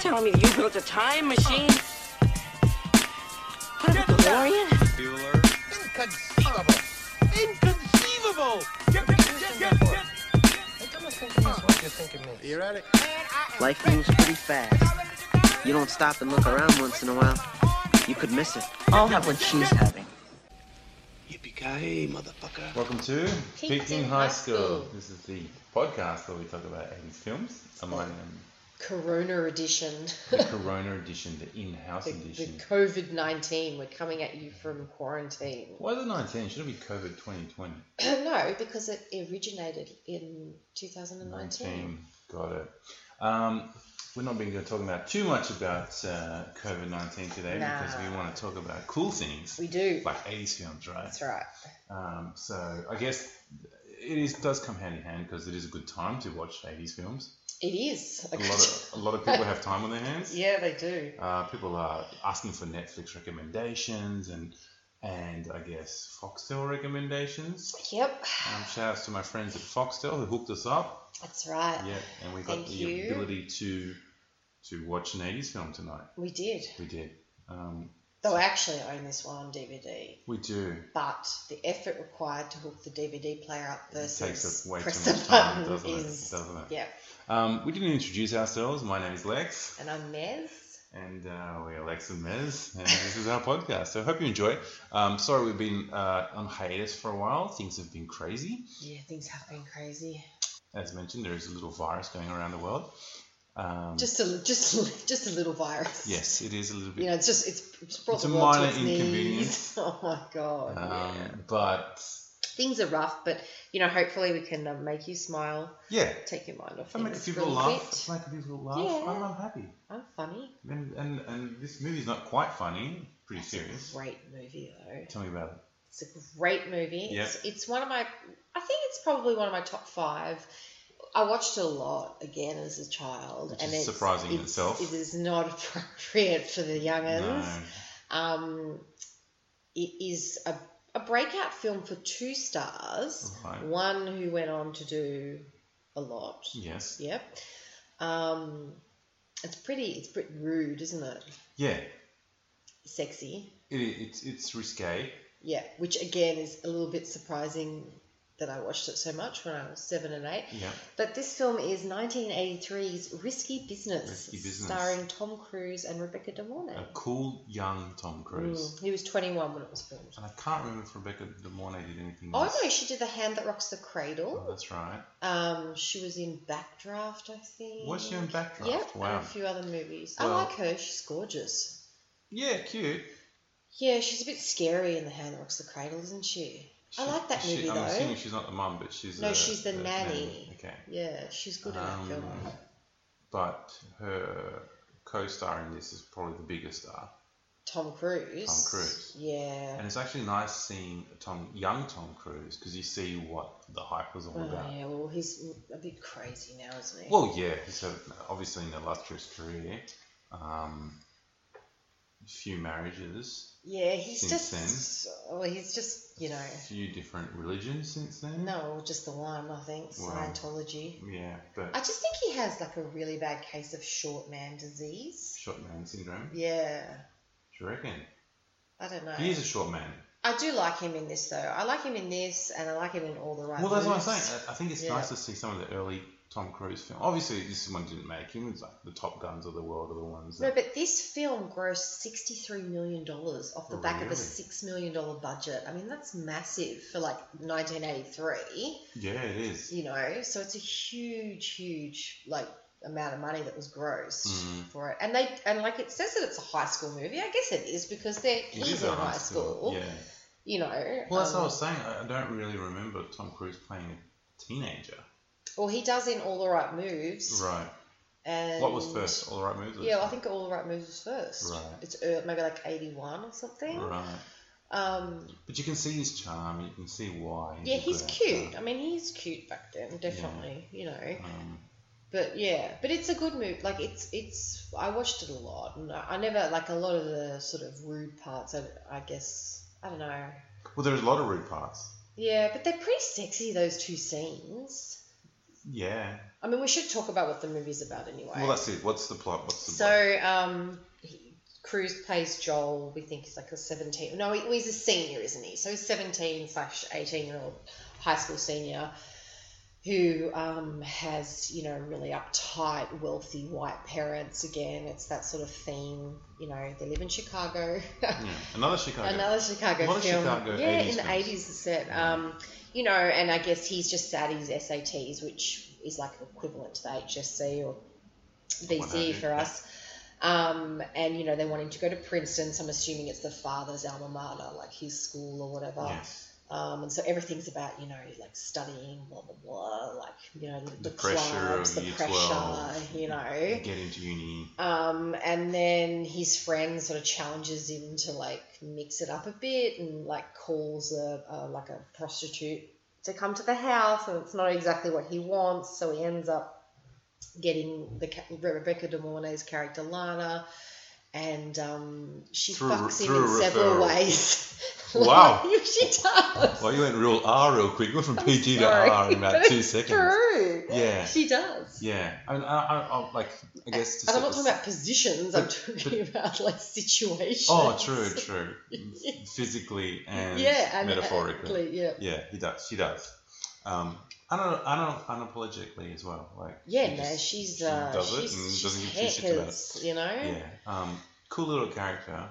telling me that you built a time machine? What, a DeLorean? Inconceivable! Inconceivable! Get, get, get, get, get. You ready? Life moves pretty fast. You don't stop and look around once in a while. You could miss it. I'll have what she's having. Yippee-ki-yay, motherfucker. Welcome to Peaked in High School. This is the podcast where we talk about 80s films. Among them, Corona edition, the Corona edition, the in-house the, edition. COVID 19. We're coming at you from quarantine. Why is it 19? Should it be COVID 2020? no, because it originated in 2019. 19. Got it. Um, we're not being talking about too much about uh, COVID 19 today because we Nah. want to talk about cool things We do. like 80s films, right? That's right. Um, so I guess it is does come hand in hand because it is a good time to watch 80s films. It is. A lot of, a lot of people have time on their hands. yeah, they do. Uh, people are asking for Netflix recommendations and and I guess Foxtel recommendations. Yep, Um, shout outs to my friends at Foxtel who hooked us up. that's right. Yeah, and we got Thank the you. ability to to watch an 80s film tonight. We did. We did. Um, Though I actually own this one on DVD. we do. But the effort required to hook the DVD player up versus takes us way too press much the time, button doesn't it? is Doesn't it? yeah. Um, we didn't introduce ourselves. My name is Lex. And I'm Mez. And uh, we're Alex and Mez, and this is our podcast. So I hope you enjoy. it. Um, sorry, we've been uh, on hiatus for a while. Things have been crazy. Yeah, things have been crazy. As mentioned, there is a little virus going around the world. Um, Just a just a- just a little virus. yes, it is a little You bit. know, it's just it's, it's brought It's the a world minor to its inconvenience. knees. Oh my god. um, yeah. But Things are rough, but you know, hopefully we can um, make you smile, yeah, take your mind off if I make things people real laugh, quick. if I make people laugh, Yeah. I'm, I'm happy. I'm funny. And, and and this movie's not quite funny. Pretty serious. Great movie though. Tell me about it. It's a great movie. Yeah. It's, it's one of my, I think it's probably one of my top five. I watched it a lot again as a child, Which and it's is surprising in it's- itself. It is not appropriate for the youngins. No. Um, it is a, a breakout film for two stars. Right. Hmm. One who went on to do a lot. Yes. Yep. Um, it's pretty. It's pretty rude, isn't it? Yeah. Sexy. It, it's it's risque. Yeah, which again is a little bit surprising that I watched it so much when I was seven and eight. Yeah. But this film is 1983's Risky Business, Risky Business. starring Tom Cruise and Rebecca De Mornay. A cool young Tom Cruise. Mm, he was 21 when it was filmed. And I can't remember if Rebecca De Mornay did anything Oh else. no, she did The Hand That Rocks the Oh, Cradle. that's right. Um, she was in Backdraft, I think. Was she in Backdraft? Yep, Wow. and a few other movies. Well- I like her. She's gorgeous. Yeah, cute. Yeah, she's a bit scary in The Hand That Rocks the Cradle, isn't she? I She- like that she- movie I'm though. assuming she's not the mum, but she's No, a- she's the a nanny. Okay. Yeah, she's good in Um, that film. But her co-star in this is probably the biggest star, Tom Cruise. Tom Cruise. Yeah. and it's actually nice seeing Tom, young Tom Cruise, because you see what the hype was all Oh, about. yeah, well, he's a bit crazy now, isn't he? Well, yeah, he's had obviously an illustrious career, um, few marriages, yeah, he's since just. then. Well, he's just, you know. few different religions since then. No, just the one, I think. Wow. Scientology. Yeah, but I just think he has, like, a really bad case of short man disease. short man syndrome. Yeah. Do you reckon? I don't know. He is a short man. I do like him in this, though. I like him in this, and I like him in all the right Well, that's what I'm Moves. saying. I I think it's Yeah. nice to see some of the early Tom Cruise films. Obviously, this one didn't make him. It's like the Top Guns of the world are the ones No, that. but this film grossed sixty-three million dollars off the back of Really? a six million dollar budget. I mean, that's massive for like nineteen eighty-three. Yeah, it is. You know, so it's a huge, huge like amount of money that was grossed Mm. for it. And they and like it says that it's a high school movie. I guess it is because they're It kids is in high school. Yeah. You know. Well, that's what I um, was saying. I I don't really remember Tom Cruise playing a teenager. well, he does in all the right moves. Right. And What was first? All right moves. or- Yeah, well, I think all the right moves was first. Right. It's uh, maybe like eighty-one or something. Right. Um, But you can see his charm. You can see why. Yeah, a he's good cute. actor. I mean, he's cute back then, definitely. You know, Um, but yeah, but it's a good movie. Like it's it's. I watched it a lot, and I I never like a lot of the sort of rude parts. I, I guess I don't know. well, there's a lot of rude parts. Yeah, but they're pretty sexy those two scenes. Yeah. I mean, we should talk about what the movie's about anyway. Well, that's it. What's the plot? What's the plot? So, um, he, Cruz plays Joel. We think he's like a seventeen. No, he, he's a senior, isn't he? So he's seventeen slash eighteen year old high school senior who um, has you know really uptight, wealthy white parents. Again, it's that sort of theme. You know, they live in Chicago. Yeah. Another Chicago. Another Chicago A lot of film. Chicago yeah, 80s in the films. eighties, it's it. Um, you know, and I guess he's just sat his SATs, which is like equivalent to the HSC or What have you, VC for yeah. us. Um, and you know, they want him to go to Princeton, so I'm assuming it's the father's alma mater, like his school or whatever. Yes. Um, and so everything's about you know like studying, blah blah blah, like you know the, The pressure clubs, of the year pressure, 12. you know. Get into uni. Um, and then his friend sort of challenges him to like mix it up a bit and like calls a, a like a prostitute to come to the house, and it's not exactly what he wants, so he ends up getting the ca- Rebecca De Mornay's character Lana, and um, she Through- fucks him through in several referral. ways. Wow. Like, she does. Well, you went real R real quick. You went from I'm PG to sorry, R in but about two it's seconds. True. Yeah. She does. Yeah. I, mean, I, I, I like. I guess. to And I'm not talking set the- about positions. I'm talking about like situations. Oh, true, true. Physically and yeah, and metaphorically. and- yeah. Yeah, he does. She does. Um, I don't. I don't unapologetically as well. Like. Yeah, he no, just- she's she uh, does it she's, and she's doesn't give two shits about it. heckers, You know. Yeah. Um, cool little character.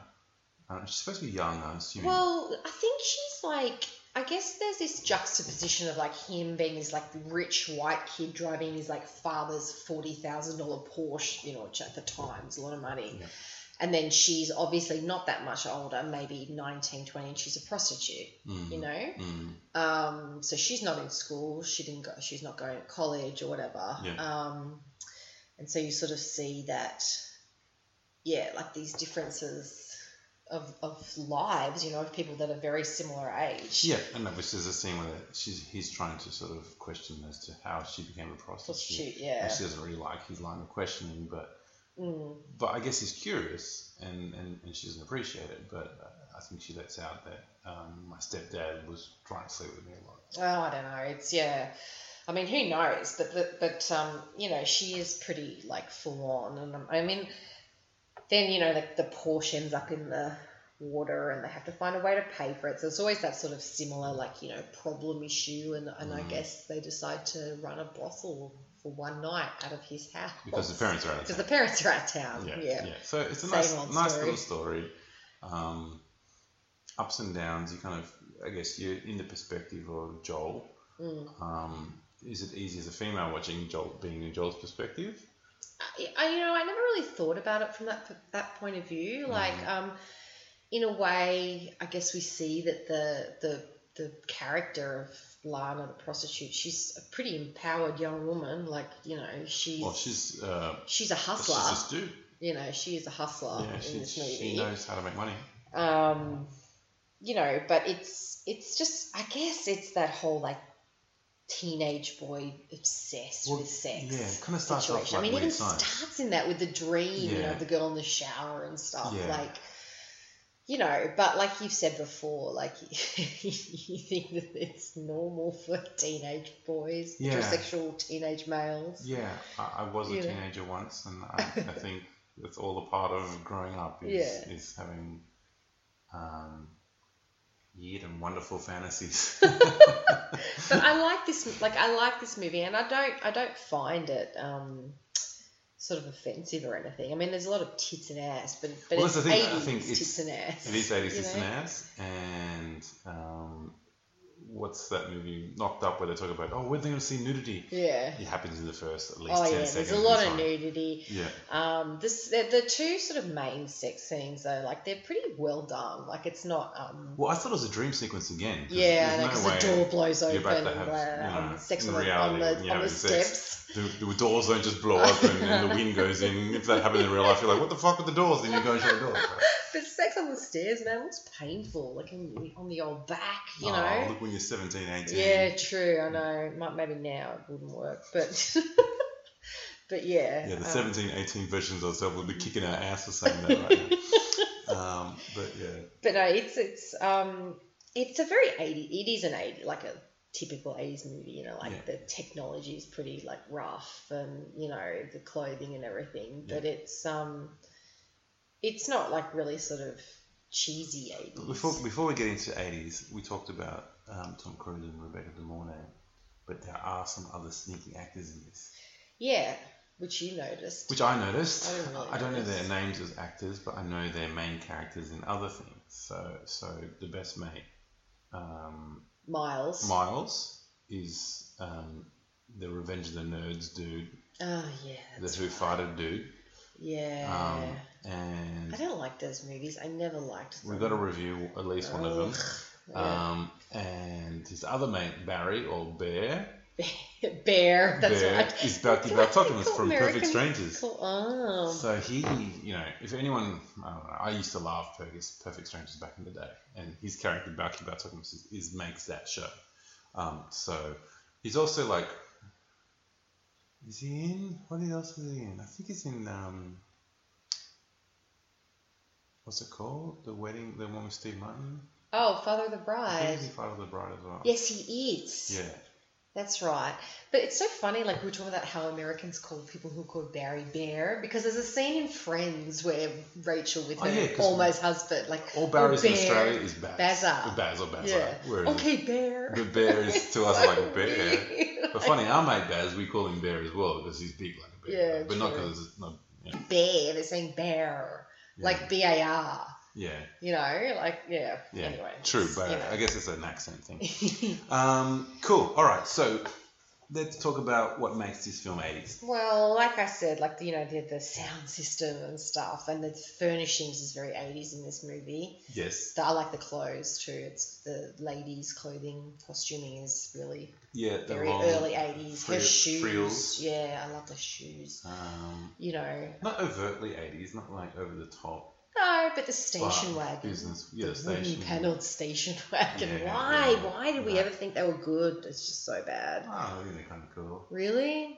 Uh, she's supposed to be young, I'm assuming. Well, I think she's like. I guess there's this juxtaposition of like him being this like rich white kid driving his like father's forty thousand dollar Porsche, you know, which at the time is a lot of money. Yeah. And then she's obviously not that much older, maybe 19, 20, and she's a prostitute, Mm, you know? mm. Um, so she's not in school. She didn't go. She's not going to college or whatever. Yeah. Um, and so you sort of see that, yeah, like these differences of, of lives, you know, of people that are very similar age. Yeah, and that, which is a scene where she's he's trying to sort of question as to how she became a prostitute. Prostitute, yeah. And she doesn't really like his line of questioning, but Mm. but I guess he's curious and, and, and she doesn't appreciate it. But uh, I think she lets out that um, my stepdad was trying to sleep with me a lot. Oh, I don't know. It's yeah. I mean, who knows? But the, but um, you know, she is pretty like full on, and um, I mean, then you know, like the Porsche ends up in the water, and they have to find a way to pay for it. So it's always that sort of similar, like you know, problem issue, and and I Mm. guess they decide to run a brothel for one night out of his house Because the parents are out of because town. the parents are out of town. yeah, Yeah, yeah. So it's a Same nice, old nice story. little story. Um, ups and downs. You kind of, I guess, you're in the perspective of Joel. Mm. Um, is it easy as a female watching Joel being in Joel's perspective? I, I- you know, I never really thought about it from that that point of Mm. view. Like, um, in a way, I guess we see that the the the character of Lana, the prostitute, she's a pretty empowered young woman. Like, you know, she's Well, she's uh, she's a she's hustler. just dude. You know, she is a hustler Yeah, in she, this movie she knows how to make money. um, you know but it's it's just i guess it's that whole like teenage boy obsessed Well, with sex yeah, it kinda starts off situation. i like mean it even weird science. starts in that with the dream you Yeah. know the girl in the shower and stuff Yeah. like you know but like you've said before like you think that it's normal for teenage boys Yeah. heterosexual teenage males Yeah, I, I was a You know. teenager once, and I, I think that's all a part of growing up is, Yeah. is having um, weird and wonderful fantasies. but I like this like I like this movie and I don't I don't find it um sort of offensive or anything. I mean there's a lot of tits and ass but but Well, it's that's the thing, I 80s think it's- tits and ass. It is 80s you it's know? an ass. And um, what's that movie? Knocked Up, where they talk about, oh, we're going to see nudity. Yeah. It happens in the first at least Oh 10 yeah, seconds. there's a lot the of time. nudity. Yeah. Um, this the, the two sort of main sex scenes though, like they're pretty well done. Like it's not um, Well, I thought it was a dream sequence again. 'cause yeah, there's because the no way door blows you're open about to and have, uh, you know, um, sex on in the, on reality, the, you're on the having sex. steps. The, the doors don't just blow open and the wind goes in. If that happened in real life, you're like, what the fuck with the doors? Then you go and shut the door. But sex on the stairs, man, looks painful. Like on, on the old back, you oh, know. look when you're 17, 18. Yeah, true. I know. Might, maybe now it wouldn't work, but but yeah. Yeah, the um, 17, 18 versions of ourselves would be kicking our ass for saying that right now. um, but yeah. uh, But no, it's it's um it's a very eighty. It is an eighty, like a typical 80s movie, you know, like Yeah. the technology is pretty like rough and, you know, the clothing and everything, but it's um it's not like really sort of cheesy 80s. Before, before we get into 80s, we talked about um, Tom Cruise and Rebecca De Mornay, but there are some other sneaky actors in this, Yeah, which you noticed. which I noticed. I didn't really I don't know notice. their names as actors, but I know their main characters in other things. So, so the best mate, um, Miles. Miles, is um, the Revenge of the Nerds dude, oh yeah. that's the Who right. Fighter dude. Yeah. Um, and I don't like those movies. I never liked them. We've got to review at least one of them. Yeah. Um, and his other mate, Barry or Bear, Bear. That's Bear right. is Balti That's what they Baltokins call from Perfect American- Strangers. Cool. Oh. So he, you know, if anyone, I don't know, I used to love Perkis, Perfect Strangers back in the day, and his character Balti Baltokins is, is makes that show. Um, so he's also like, is he in? What else is he in? I think he's in. Um, what's it called? The wedding, the one with Steve Martin. Oh, Father of the I think Bride. he's in Father of the Bride as well. Yes, he is. Yeah. That's right. But it's so funny, like we we're talking about how Americans call people who are called Barry Bear, because there's a scene in Friends where Rachel with Oh, her yeah, 'cause- almost husband, like All Barry's in Bear. Australia is Baz. Bazar. Baz or Bazar. Yeah. Whereas Okay, Bear. the bear is to us So like bear. weird. But funny, our mate Baz, we call him Bear as well because he's big like a bear. Yeah, but not true. because it's not. Yeah. Bear. They're saying bear, yeah, like B A R. yeah, You know, like yeah. yeah, Anyway, true. it's, But you I know. guess it's an accent thing. um, cool. All right, so let's talk about what makes this film eighties. Well, like I said, like you know, the, the sound system and stuff, and the furnishings is very 80s in this movie. Yes. The- I like the clothes too. It's the ladies' clothing costuming is really Yeah. The very long, early 80s. Her frill- shoes, frills. yeah, I love the shoes. Um, You know, not overtly eighties, not like over the top. no, but the but station wagon. Business. Yeah, the the station. wooden panelled station wagon. Yeah, why? yeah. Why did we No. ever think they were good? It's just so bad. Oh, I think they're kind of cool. Really?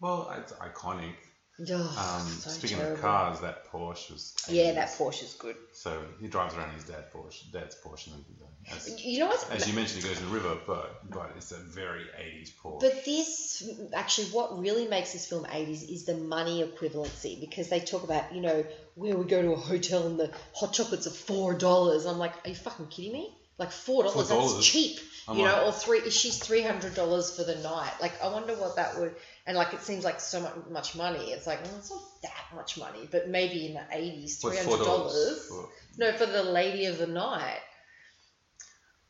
Well, it's iconic. Ugh, Um, Oh, so speaking terrible. of cars, that Porsche was. Yeah, 80s. that Porsche is good. So he drives around his dad Porsche, dad's Porsche, and as, You know what's as you mentioned, he goes in the river, but but it's a very eighties Porsche. But this, actually, what really makes this film 80s is the money equivalency because they talk about, you know, where we go to a hotel and the hot chocolates are $4. And I'm like, are you fucking kidding me? Like $4, $4? that's cheap. I'm you know, like- or three, she's $300 for the night. Like, I wonder what that would, and like, it seems like so much, much money. It's like, well, it's not that much money, but maybe in the 80s, What's $300. $4 for- no, for the lady of the night.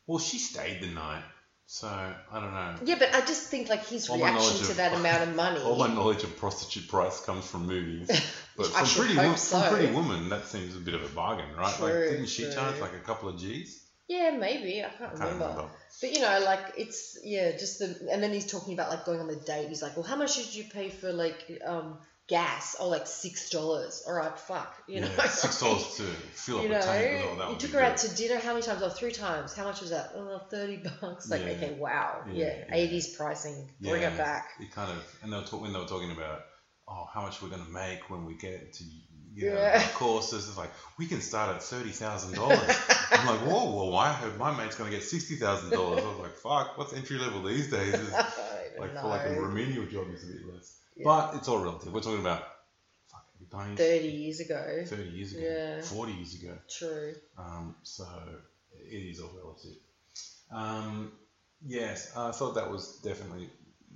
well, she stayed the night, so I don't know. Yeah, but I just think like his All my reaction knowledge to of- that amount of money. All my knowledge of prostitute price comes from movies, but I from should Pretty, hope Wo- so. from Pretty Woman, that seems a bit of a bargain, right? True, like, didn't she true. charge like a couple of G's? Yeah, maybe. I can't, I can't remember. remember. But you know, like it's yeah, just the and then he's talking about like going on the date. He's like, Well, how much did you pay for like um gas? Oh like six dollars. All right, fuck. You know yeah, six dollars to fill up You a tank. Oh, know, that you would be took her out good. to dinner how many times? Oh, three times. How much was that? Oh, 30 bucks. Like, Yeah. okay, wow. Yeah, Yeah, yeah. 80s pricing. Bring it back. It kind of, and they were talk, when they were talking about, oh, how much we're going to make when we get to you know, Yeah. our courses. It's like we can start at thirty thousand dollars. I'm like, whoa, whoa! I heard my mate's going to get sixty thousand dollars. I was like, fuck, what's entry level these days? Is I don't like for like a know. remedial job is a bit less, Yeah. but it's all relative. We're talking about fuck, dying 30 years ago. thirty years ago, Yeah. forty years ago. True. Um, so it is all relative. Um, yes, I thought that was definitely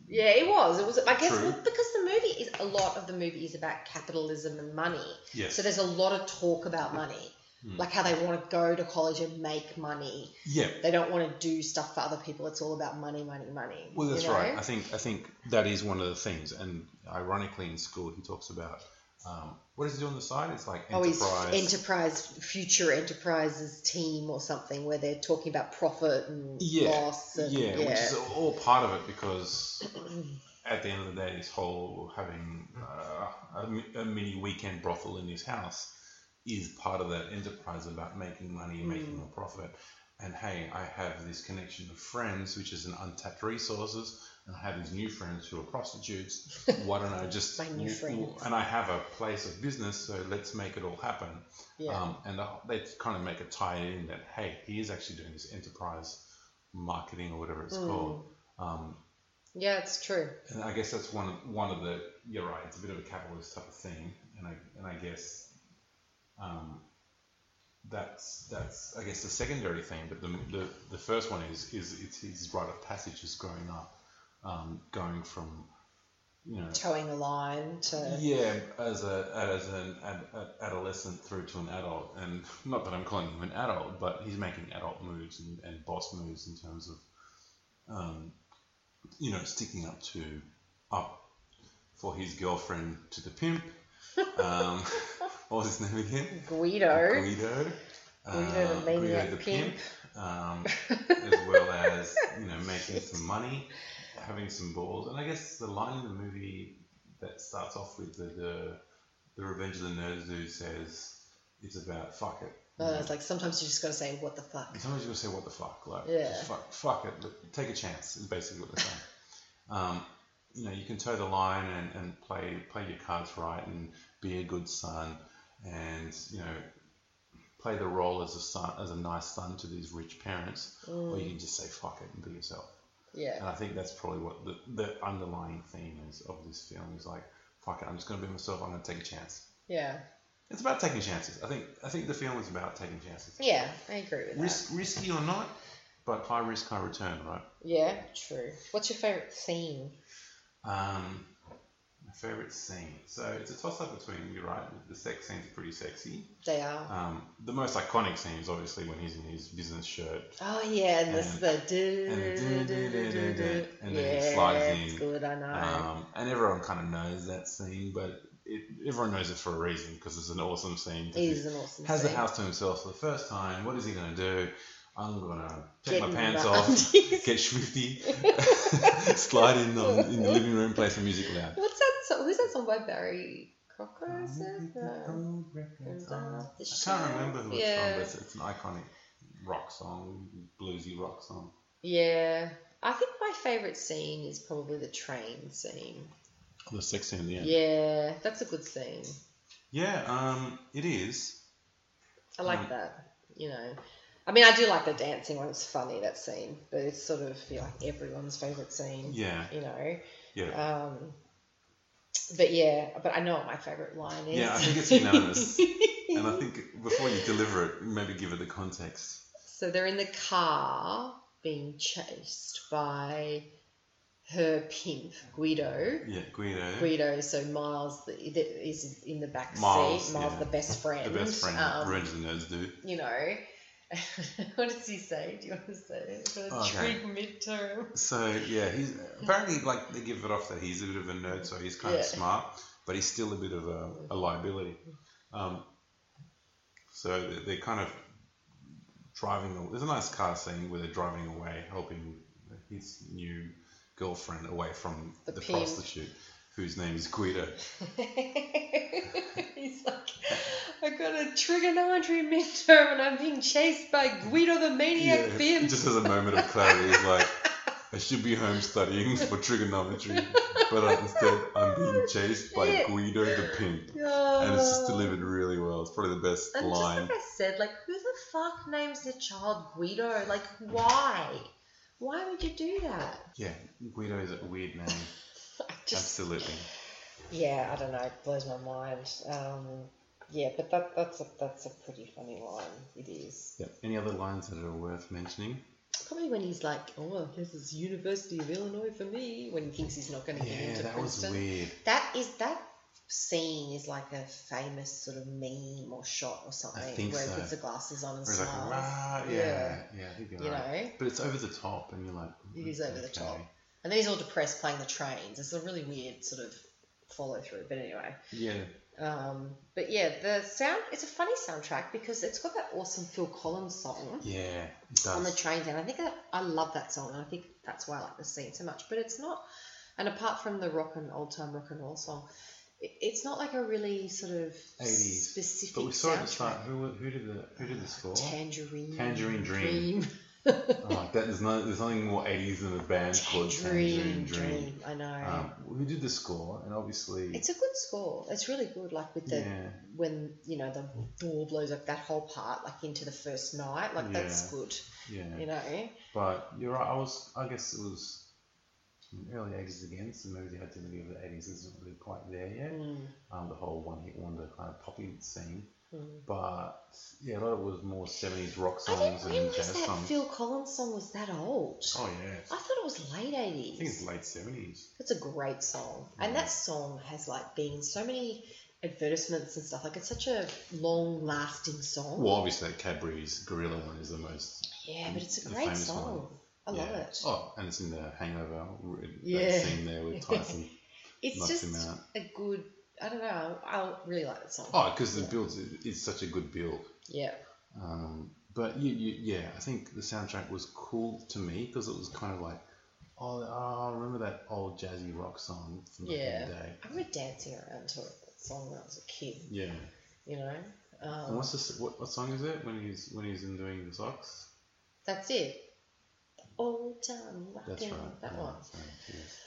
Yeah, it was. It was. I guess True. well, because the movie is a lot of the movie is about capitalism and money. yes. So there's a lot of talk about money, Hmm. like how they want to go to college and make money. yeah. They don't want to do stuff for other people. It's all about money, money, money. Well, you that's know? right. I think I think that is one of the things. And ironically, in school, he talks about um, what does he do on the side? It's like Oh, enterprise. he's enterprise, future enterprises team or something where they're talking about profit and yeah, loss. And, yeah, which is uh, all part of it because at the end of the day, this whole having uh, a, mi- a mini weekend brothel in his house is part of that enterprise about making money, and Mm. making a profit. And hey, I have this connection of friends, which is an untapped resources, and I have these new friends who are prostitutes. Why don't I just My new friends. and I have a place of business, so let's make it all happen. yeah. Um, and the- they kind of make a tie in that hey, he is actually doing this enterprise marketing or whatever it's Mm. called. Um, Yeah, it's true. and I guess that's one of, one of the. You're right. It's a bit of a capitalist type of thing, and I and I guess, um, that's that's I guess the secondary thing. But the, the, the first one is is it's his rite of passage is growing up, um, going from, you know, Towing the line to yeah, as a as an ad, ad- adolescent through to an adult, and not that I'm calling him an adult, but he's making adult moves and, and boss moves in terms of, um, you know, sticking up to up for his girlfriend to the pimp. Um, what was his name again? Guido. Guido. Guido the Uh, maniac pimp. um, as well as you know making some money, having some balls, and I guess the line in the movie that starts off with the the, the Revenge of the Nerds dude says it's about fuck it. Uh, it's like sometimes you just gotta say what the fuck. And sometimes you gotta say what the fuck, like Yeah. just fuck, fuck it, look, take a chance is basically what they're saying. um, you know, you can toe the line and, and play play your cards right and be a good son and you know play the role as a son as a nice son to these rich parents, or you can just say fuck it and be yourself. And Mm. Yeah. I think that's probably what the, the underlying theme is of this film is like fuck it, I'm just gonna be myself. I'm gonna take a chance. Yeah. It's about taking chances. I think I think the film is about taking chances. Yeah, I agree with that. Risk, risky or not, but high risk, high return, right? Yeah, true. What's your favorite theme? Um, my favorite scene. So it's a toss up between you're right. The sex scene's pretty sexy. They are. Um, the most iconic scene is obviously when he's in his business shirt. Oh yeah, and this is the and do the and yeah, then he slides it's in. good. I know. Um, and everyone kind of knows that scene, but it, everyone knows it for a reason because it's an awesome scene. it is an awesome. has theme. the house to himself for the first time. What is he going to do? I'm going to Get take my in pants the off, undies. get swifty, slide in on, in the living room, play some music loud. What's that? So, who's that song by Barry Crocker? Is it? Uh, No. I can't remember who it's from, but it's, it's an iconic rock song, bluesy rock song. Yeah. I think my favorite scene is probably the train scene. The sex scene in the Yeah, end. that's a good scene. Yeah, um, it is. I like Mm. that. You know, I mean, I do like the dancing one. It's funny that scene, but it's sort of you know, like everyone's favorite scene. Yeah, You know. yeah. Um, but yeah, but I know what my favorite line is. Yeah, I think it's unanimous. and I think before you deliver it, maybe give it the context. So they're in the car being chased by her pimp Guido. Yeah, Guido. Guido, so Miles the, the, is in the back Miles, seat. Miles, yeah. the best friend. The best friend, um, Revenge of the Nerds dude. You know, what does he say? Do you want to say it? It's Oh, Okay. trig midterm. So yeah, he's apparently like they give it off that he's a bit of a nerd, so he's kind Yeah. of smart, but he's still a bit of a, a liability. Um, so they- they're kind of driving. a- There's a nice car scene where they're driving away, helping his new girlfriend away from The the, pimp. prostitute, whose name is Guido. He's like, I got a trigonometry midterm and I'm being chased by Guido the maniac he pimp. just has a moment of clarity. He's like, I should be home studying for trigonometry, but I- instead I'm being chased by Yeah. Guido the pimp. and it's just delivered really well. It's probably the best And Oh. line. just like I said, like who the fuck names their child Guido? Like why? Why would you do that? Yeah, Guido is a weird name. I just Absolutely. yeah, I don't know. It blows my mind. Um, yeah, but that that's a that's a pretty funny line. It is. Yep. Any other lines that are worth mentioning? Probably when he's like, "Oh, well, this is University of Illinois for me," when he thinks he's not going to get Yeah, into that was Princeton. weird. That is that scene is like a famous sort of meme or shot or something think where so. he puts the glasses on and Where he's like, smiles. rah, yeah, yeah, Yeah. I think you're you right. know. But it's over the top, and you're like, It is over the okay. top. And then he's all depressed playing the trains. It's a really weird sort of follow through. But anyway. Yeah, Um, but yeah, the sound, it's a funny soundtrack because it's got that awesome Phil Collins song yeah, it on the does. trains. And I think that, I love that song. And I think that's why I like the scene so much. But it's not, and apart from the rock and old time rock and roll song, it, it's not like a really sort of 80s. specific But we saw at the soundtrack. start. Who, who did the who did the score? Tangerine, Tangerine Dream. I'm like that. There's no, there's nothing more 80s than a band called Dream, Tangerine Dream. dream. I know. Um, we did the score, and obviously, it's a good score. It's really good. Like with the yeah, when you know the door blows up that whole part, like into the first night, like that's Yeah. good. yeah. You know. But you're right. I was, I guess it was in the early 80s again, so maybe the identity of the 80s isn't really quite there yet. Mm, Um, the whole one-hit wonder kind of poppy scene. mm. But yeah, a lot of it was more 70s rock I songs didn't and realize jazz that songs. Phil Collins song was that old. Oh yeah, I thought it was late I think it's eighties. late 70s. It's a great song, and that song has like been in so many advertisements and stuff. Like it's such a long-lasting song. Well, obviously that Cadbury's Gorilla one is the most. Yeah, but it's a The great famous song. I love yeah. it. Oh, and it's in the Hangover. That Yeah. scene there with Tyson. It's Knocked him just out. a good. I don't know. I really like that song. oh, because the build is such a good build. Yeah. Um, but you, you, yeah, I think the soundtrack was cool to me because it was kind of like, oh, oh, I remember that old jazzy rock song from back Yeah. in the day. I remember dancing around to it, that song when I was a kid, Yeah. you know? And Um, what's this? What, what song is it when he's when he's in doing the socks? that's it. Old time rock That's and- right. That yeah, one. that's right, yes.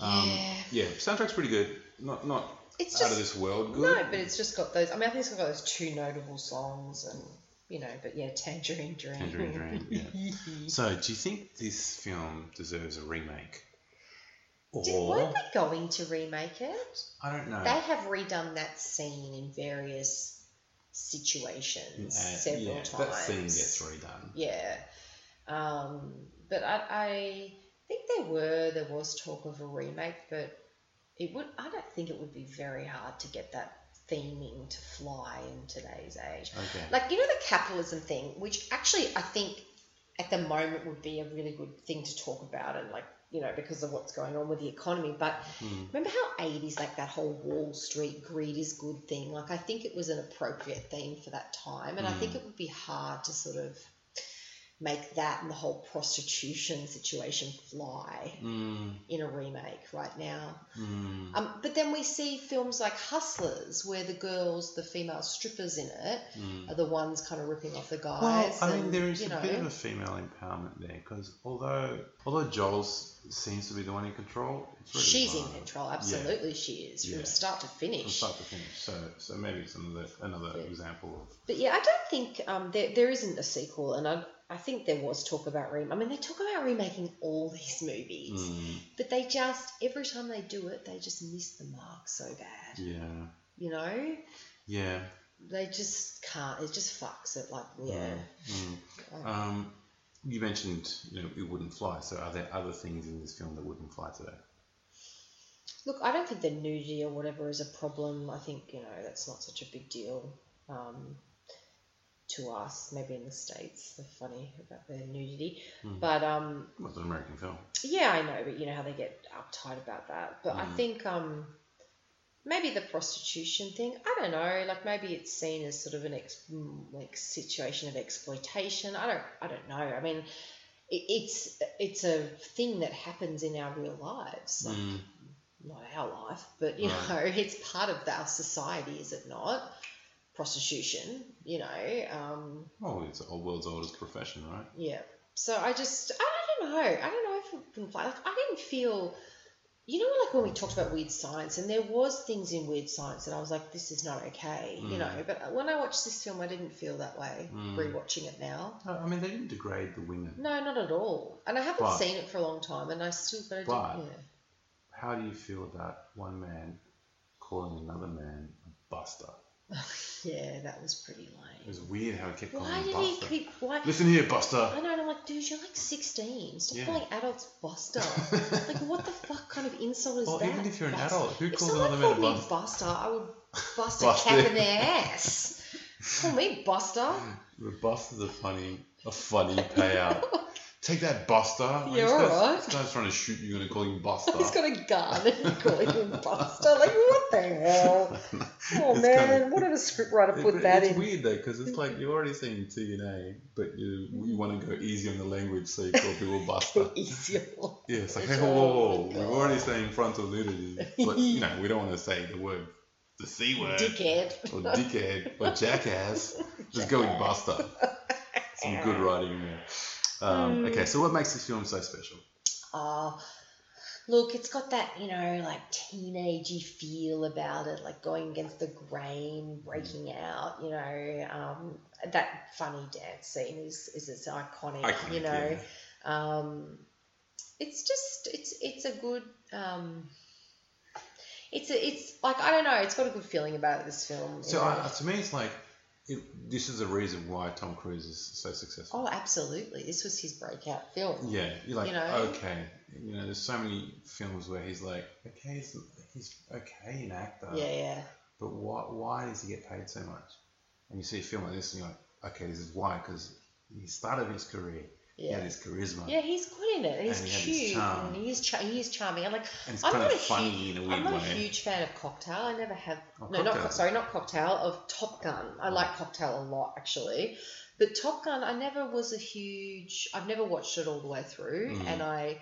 Um, Yeah. yeah, soundtrack's pretty good. Not not It's out of just- this world good. No, but it's just got those. I mean, I think it's got those two notable songs, and you know, but yeah, Tangerine Dream. Tangerine Dream, yeah. So, do you think this film deserves a remake? Did, Or Uh, weren't they going to remake it? I don't know. They have redone that scene in various Uh, situations several yeah, times. that scene gets redone. Yeah. Um, but I, I think there were there was talk of a remake, but it would I don't think it would be very hard to get that theming to fly in today's age. Okay. Like you know the capitalism thing, which actually I think at the moment would be a really good thing to talk about and like you know because of what's going on with the economy but Hmm. remember how 80s like that whole wall street greed is good thing like i think it was an appropriate theme for that time and i think it would be hard to sort of make that and the whole prostitution situation fly Mm, in a remake right now mm, um, but then we see films like hustlers where the girls the female strippers in it mm. are the ones kind of ripping off the guys Well, I mean, and, there um, is you a know, bit of a female empowerment there because although although Joel seems to be the one in control, it's really she's in hard. control Yeah. absolutely she is from Yeah. start to from finish start to finish. So, so maybe it's another another Yeah. example of But yeah, I don't think um, there, there isn't a sequel, and I, I think there was talk about rem. I mean, they talk about remaking all these movies, mm, but they just every time they do it, they just miss the mark so bad. yeah, You know, yeah, they just can't. It just fucks it. Like yeah, mm. Uh, Um, you mentioned you know it wouldn't fly. So, are there other things in this film that wouldn't fly today? look, I don't think the nudity or whatever is a problem. I think you know that's not such a big deal. Um, to us, maybe in the states, they're funny about their nudity, Mm. but um, Well, it's an American film. Yeah, I know, but you know how they get uptight about that. But I Mm. think um, maybe the prostitution thing. I don't know. Like maybe it's seen as sort of an ex- mm, like situation of exploitation. I don't. I don't know. I mean, it, it's it's a thing that happens in our real lives. Like, Mm, Not our life, but you Right. know, it's part of our society, is it not? Prostitution. You know. Um, well, Oh, it's the world's oldest profession, right? yeah. So I just I don't know. I don't know if it can fly. Like I didn't feel you know like when we talked about weird science and there was things in weird science that I was like, this is not okay, you Mm. know. But when I watched this film I didn't feel that way Mm. rewatching it now. No, Uh, I mean, they didn't degrade the women. No, not at all. And I haven't But- seen it for a long time and I still but I But- didn't yeah. How do you feel about one man calling another man a buster? Yeah, that was pretty It lame. was weird how he kept calling Why him did he buster. keep why Listen here, buster. I know, and I'm like, dude, you're like 16. Stop Yeah. calling adults buster. like, what the fuck kind of insult is Well, that? even if you're an Buster. adult, who If calls someone another man a called me buster, I would bust a Bust cap it. in their ass. Call me buster. The bust is a funny, a funny payout. Take that, Buster. Like, Yeah, this guy's- alright. This guy's trying to shoot you and calling him Buster. He's got a gun and you're calling him buster. Like, what the hell? Oh, It's man. kinda- what did a scriptwriter It- put that it's in? weird though, because it's like you're already saying T and A, but you you want to go easy on the language, so you call people Buster. Easier. Yeah, it's like, It's hey, whoa, whoa, whoa, like- we're already saying frontal nudity, but you know we don't want to say the word, the c word, Dickhead. or dickhead, or jackass. Just go with Buster. Some good writing there. Um, Mm. okay, so what makes this film so special? Oh, look, it's got that, you know, like teenagey feel about it, like going against the grain, Mm. breaking out, you know. Um, that funny dance scene is, is it's iconic, Iconic, you know. yeah. Um, it's just, it's, it's a good, um, it's, a, it's like, I don't know, it's got a good feeling about it, this film. you So uh, know. I, to me, it's like it, this is the reason why Tom Cruise is so successful. oh, absolutely. This was his breakout film. Yeah, you're like You know? okay. You know, there's so many films where he's like, okay, he's, he's okay an actor, Yeah, yeah. but why why does he get paid so much? And you see a film like this, and you're like, okay, this is why because he started his career, he Yeah. had his charisma, Yeah, he's good in it. He's And he had his cute. charm. and he's cha- he is charming. I'm like, and it's I'm kind not of a funny huge, in a weird I'm not way. a huge fan of Cocktail. I never have. Oh, no, not Cocktail. Oh. sorry, not Cocktail of Top Gun. I like Cocktail a lot actually, but Top Gun I never was a huge. I've never watched it all the way through, Mm. and I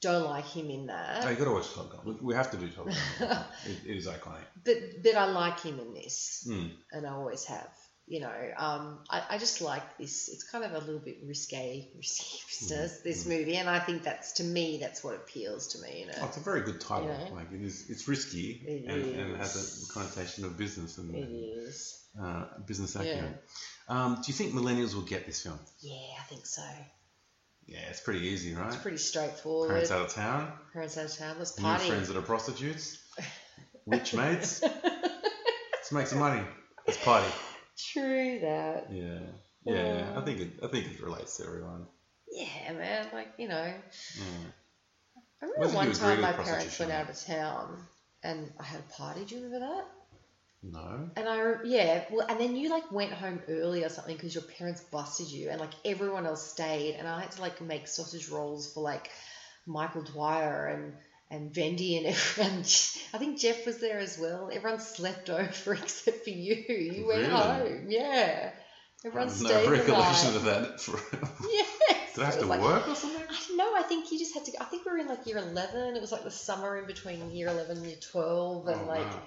don't like him in that. Oh, you got to watch Top Gun. We, we have to do Top Gun. it, it is iconic. But but I like him in this, Mm. and I always have. You know, um, I, I just like this. It's kind of a little bit risque, risky business, Hmm. this movie, and I think that's to me that's what appeals to me. You know, Oh, it's a very good title. Yeah. Like it is, it's risky It and, and it has is. a connotation of business and it is. uh, business Yeah. acumen. Um, do you think millennials will get this film? Yeah, I think so. Yeah, it's pretty easy, right? It's pretty straightforward. Parents out of town, Parents out of town. Let's new party. friends that are prostitutes, witch mates. Let's make some money. Let's party. True that. Yeah, yeah. I think it, I think it relates to everyone. Yeah, man. Like you know, I Mm. remember Wasn't you one agree time with my parents prostitution? went out of town and I had a party. Do you remember that? No. And I re- yeah, well, and then you like went home early or something because your parents busted you, and like everyone else stayed, and I had to like make sausage rolls for like Michael Dwyer and. And Vendy and everyone, I think Jeff was there as well. Everyone slept over except for you. You went Really? home, yeah. Everyone stayed No the recollection night. of that. For, Yes. did I have It to was like- work or something? I don't know. I think you just had to. I think we were in like year eleven. It was like the summer in between year eleven and year twelve, and Oh, like wow.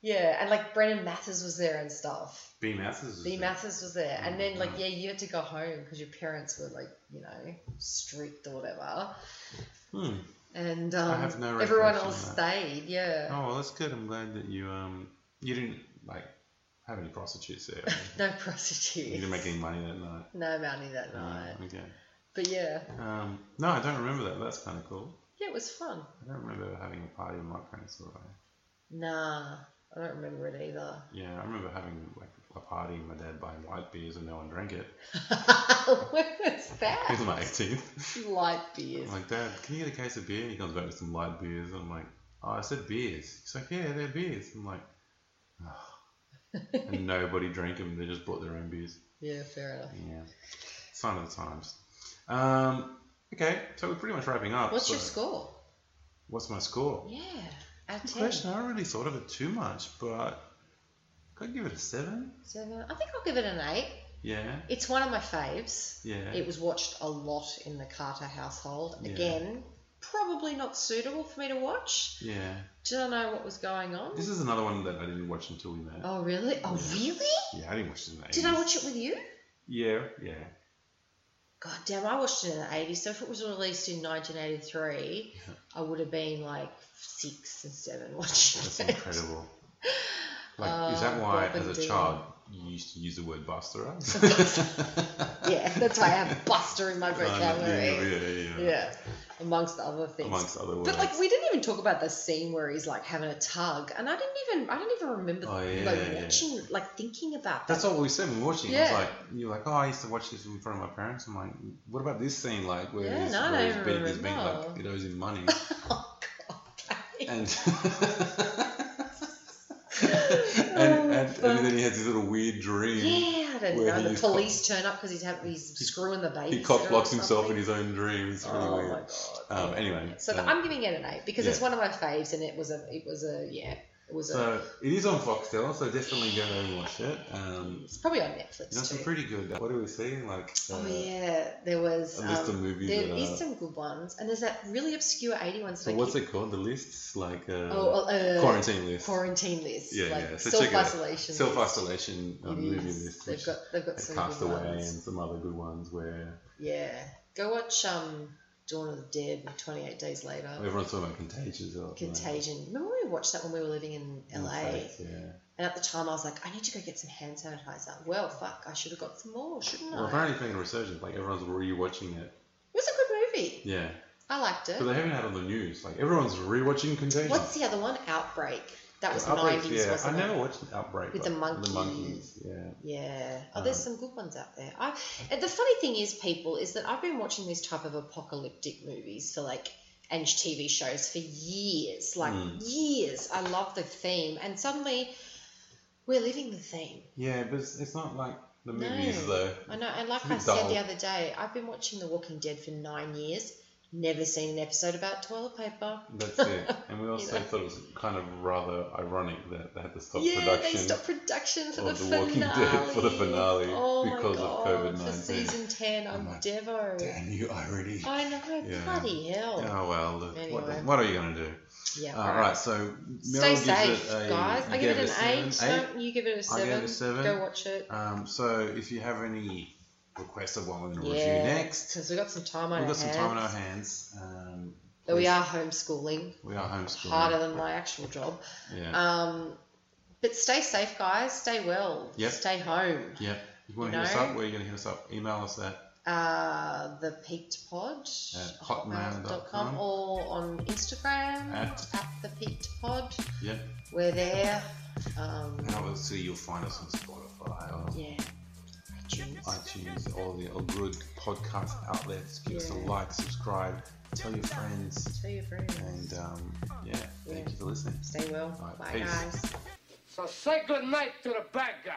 yeah, and like Brennan Mathers was there and stuff. B Mathers. B Mathers was there, and then like wow. yeah, you had to go home because your parents were like you know streaked or whatever, Hmm. and um, have no everyone recollection else of that. stayed. Yeah. Oh well, that's good. I'm glad that you um you didn't like have any prostitutes there. No you didn't prostitutes. make any money that night. No money that night. Uh, okay. But yeah, Um, no, I don't remember that. That's kind of cool. yeah, it was fun. I don't remember having a party with my parents or I. Nah, I don't remember it either. Yeah, I remember having like a party and my dad buying white beers and no one drank it. what was It that? was my 18th. Light beers. I'm like, Dad, can you get a case of beer? And he comes back with some light beers. And I'm like, Oh, I said beers. He's like, Yeah, they're beers. I'm like, "Ugh." And nobody drank them. They just brought their own beers. Yeah, fair enough. Yeah. Sign of the times. Um, okay, so we're pretty much wrapping up. What's so your score? What's my score? Yeah, out of Good ten. question. I haven't really thought of it too much, but could give it a seven. Seven. I think I'll give it an eight. Yeah, It's one of my faves. yeah. It was watched a lot in the Carter household. Yeah. Again, probably not suitable for me to watch. yeah. Don't know what was going on. This is another one that I didn't watch until we met. Oh really? Oh really? Yeah, I didn't watch it in the 80s. Did I watch it with you? Yeah, yeah. God damn, I watched it in the 80s. So if it was released in 1983, I would have been like six and seven watching That's it. incredible. Like, Uh, is that why Bob and as a Dylan. child you used to use the word buster up? Yeah, that's why I have Buster in my vocabulary. yeah, yeah, yeah. Yeah, amongst other things. Amongst other words. but like we didn't even talk about the scene where he's like having a tug, and I didn't even I don't even remember Oh, yeah, like yeah. watching like thinking about that. That's all we said when we were watching. It Yeah. was like you're like, oh, I used to watch this in front of my parents. I'm like, what about this scene? Like where Yeah, he's, no, I where don't he's, even being, he's being like, remember. it owes him money, Oh god, and and, and, and then he has this little weird Oh, dream. yeah, I don't Where know. he's The cop- police turn up because he's having he's screwing the baby. he cock blocks himself in his own dream. It's really Oh my weird. god. Um, anyway, So uh, I'm giving it an eight because it's yeah. one of my faves, and it was a it was a yeah it was a so it is on Foxtel, so definitely go and watch it. Um, it's probably on Netflix you know, some too. pretty good. What do we see? Like, uh, Oh yeah, there was. a list um, of movies There that is are- some good ones, and there's that really obscure eighty ones. so what's it called? The lists, like uh, Oh, uh, quarantine list. Quarantine list. Yeah, like yeah. So check self it out. isolation. Self isolation um, movie list. They've which got they've got is some Castaway good ones. and some other good ones where Yeah, Go watch um, Dawn of the Dead, 28 Days Later. Everyone's talking about Contagious. or- Contagion. Remember when we watched that when we were living in in the LA? States, Yeah. And at the time, I was like, I need to go get some hand sanitizer. Well, fuck, I should have got some more, shouldn't Well, I? It apparently it's making a resurgence. Like everyone's rewatching it. was a good movie. Yeah, I liked but it. they haven't had it on the news. Like everyone's rewatching Contagion. What's the other one? Outbreak. That was Yeah, Outbreak's- 90s, Yeah, wasn't I never it? watched Outbreak With but the monkeys. monkeys, Yeah. Yeah. Oh, there's Um, some good ones out there. I, and the funny thing is, people, is that I've been watching these type of apocalyptic movies for like, and TV shows for years, like Hmm. years. I love the theme. And suddenly, we're living the theme. Yeah, but it's, it's not like the No. movies though. I know, and like It's a I bit said dull. the other day, I've been watching The Walking Dead for nine years, never seen an episode about toilet paper. That's it. And we also know. thought it was kind of rather ironic that they had to stop yeah, production. they stopped production for the, of The Walking Dead finale. for the finale oh my because of God, For COVID-19. season 10 on I'm like, Devo. Damn you irony. I know, Yeah. bloody hell. Oh well, look, what, the- Oh. Anyway. what are you gonna do? Yeah, All right, alright. so Stay Meryl gives safe, it a, guys. uh, you I give gave it an a eight. seven, No, you give it a I seven. gave it a seven. Go watch it. Um, so if you have any requests of what we're gonna Yeah, review next, Because we've got some time on we've our got some time on our hands. hands. Um, Though we please- are homeschooling, we are homeschooling. harder than my actual job. Yeah. Um, but stay safe, guys. Stay well. Yep. Stay home. yeah. If you want to you hit us know. up, where are you going to hit us up? Email us at Uh, the Peaked Pod At hotmail dot com. or on Instagram At- the Peaked Pod. yeah. We're there. Um, And obviously you'll find us on Spotify or yeah. iTunes, all the all good podcast outlets. Give us a Yeah. like, subscribe, tell your friends, Tell your friends. and um, yeah, thank Yeah. you for listening. Stay well. All right, Bye, peace. guys. So say goodnight to the bad guy.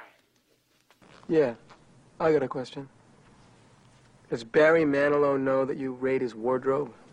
Yeah, I got a question. Does Barry Manilow know that you raid his wardrobe?